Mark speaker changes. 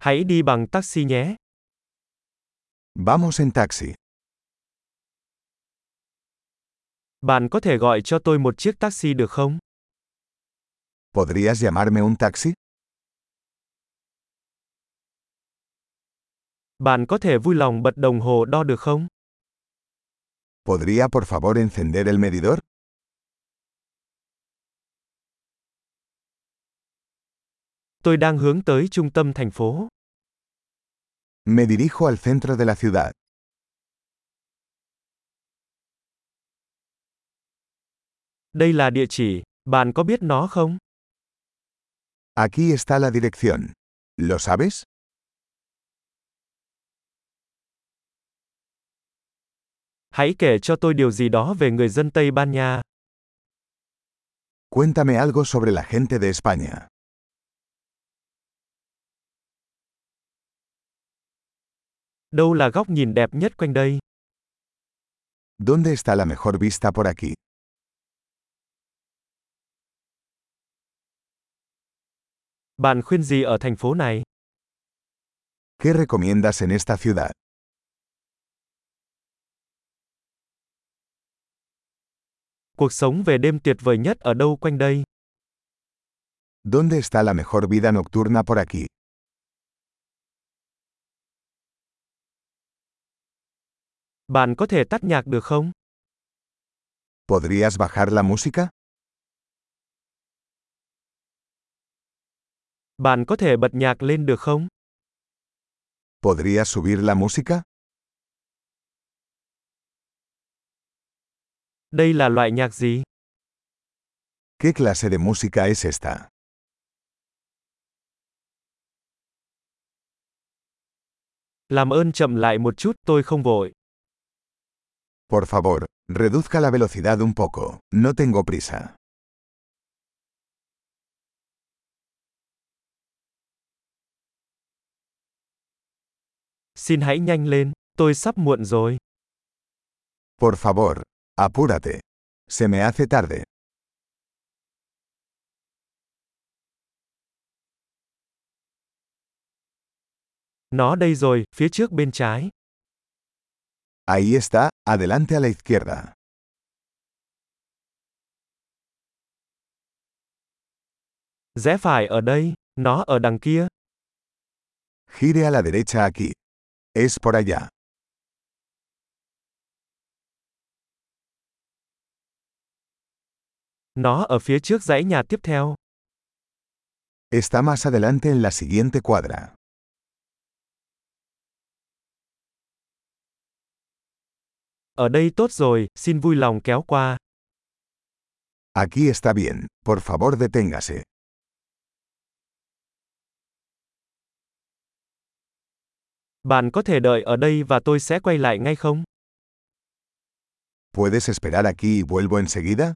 Speaker 1: Hãy đi bằng taxi nhé.
Speaker 2: Vamos en taxi.
Speaker 1: Bạn có thể gọi cho tôi một chiếc taxi được không?
Speaker 2: ¿Podrías llamarme un taxi?
Speaker 1: Bạn có thể vui lòng bật đồng hồ đo được không?
Speaker 2: ¿Podría por favor encender el medidor?
Speaker 1: Tôi đang hướng tới trung tâm thành phố.
Speaker 2: Me dirijo al centro de la ciudad.
Speaker 1: Đây là địa chỉ, bạn có biết nó không?
Speaker 2: Aquí está la dirección. ¿Lo sabes?
Speaker 1: Hãy kể cho tôi điều gì đó về người dân Tây Ban Nha.
Speaker 2: Cuéntame algo sobre la gente de España.
Speaker 1: Đâu là góc nhìn đẹp nhất quanh đây?
Speaker 2: ¿Dónde está la mejor vista por aquí?
Speaker 1: Bạn khuyên gì ở thành phố này?
Speaker 2: ¿Qué recomiendas en esta ciudad?
Speaker 1: Cuộc sống về đêm tuyệt vời nhất ở đâu quanh đây?
Speaker 2: ¿Dónde está la mejor vida nocturna por aquí?
Speaker 1: Bạn có thể tắt nhạc được không?
Speaker 2: ¿Podrías bajar la música?
Speaker 1: Bạn có thể bật nhạc lên được không?
Speaker 2: ¿Podrías subir la música?
Speaker 1: Đây là loại nhạc gì?
Speaker 2: ¿Qué clase de música es esta?
Speaker 1: Làm ơn chậm lại một chút, tôi không vội.
Speaker 2: Por favor, reduzca la velocidad un poco. No tengo prisa.
Speaker 1: Xin hãy nhanh lên, tôi sắp muộn rồi.
Speaker 2: Por favor, apúrate. Se me hace tarde.
Speaker 1: Nó đây rồi, phía trước bên trái.
Speaker 2: Ahí está, adelante a la izquierda.
Speaker 1: Rẽ phải ở đây, nó ở đằng kia.
Speaker 2: Gire a la derecha aquí. Es por allá.
Speaker 1: Nó ở phía trước dãy nhà tiếp theo.
Speaker 2: Está más adelante en la siguiente cuadra.
Speaker 1: Ở đây tốt rồi, xin vui lòng kéo qua.
Speaker 2: Aquí está bien. Por favor, deténgase.
Speaker 1: Bạn có thể đợi ở đây và tôi sẽ quay lại ngay không?
Speaker 2: ¿Puedes esperar aquí y vuelvo enseguida?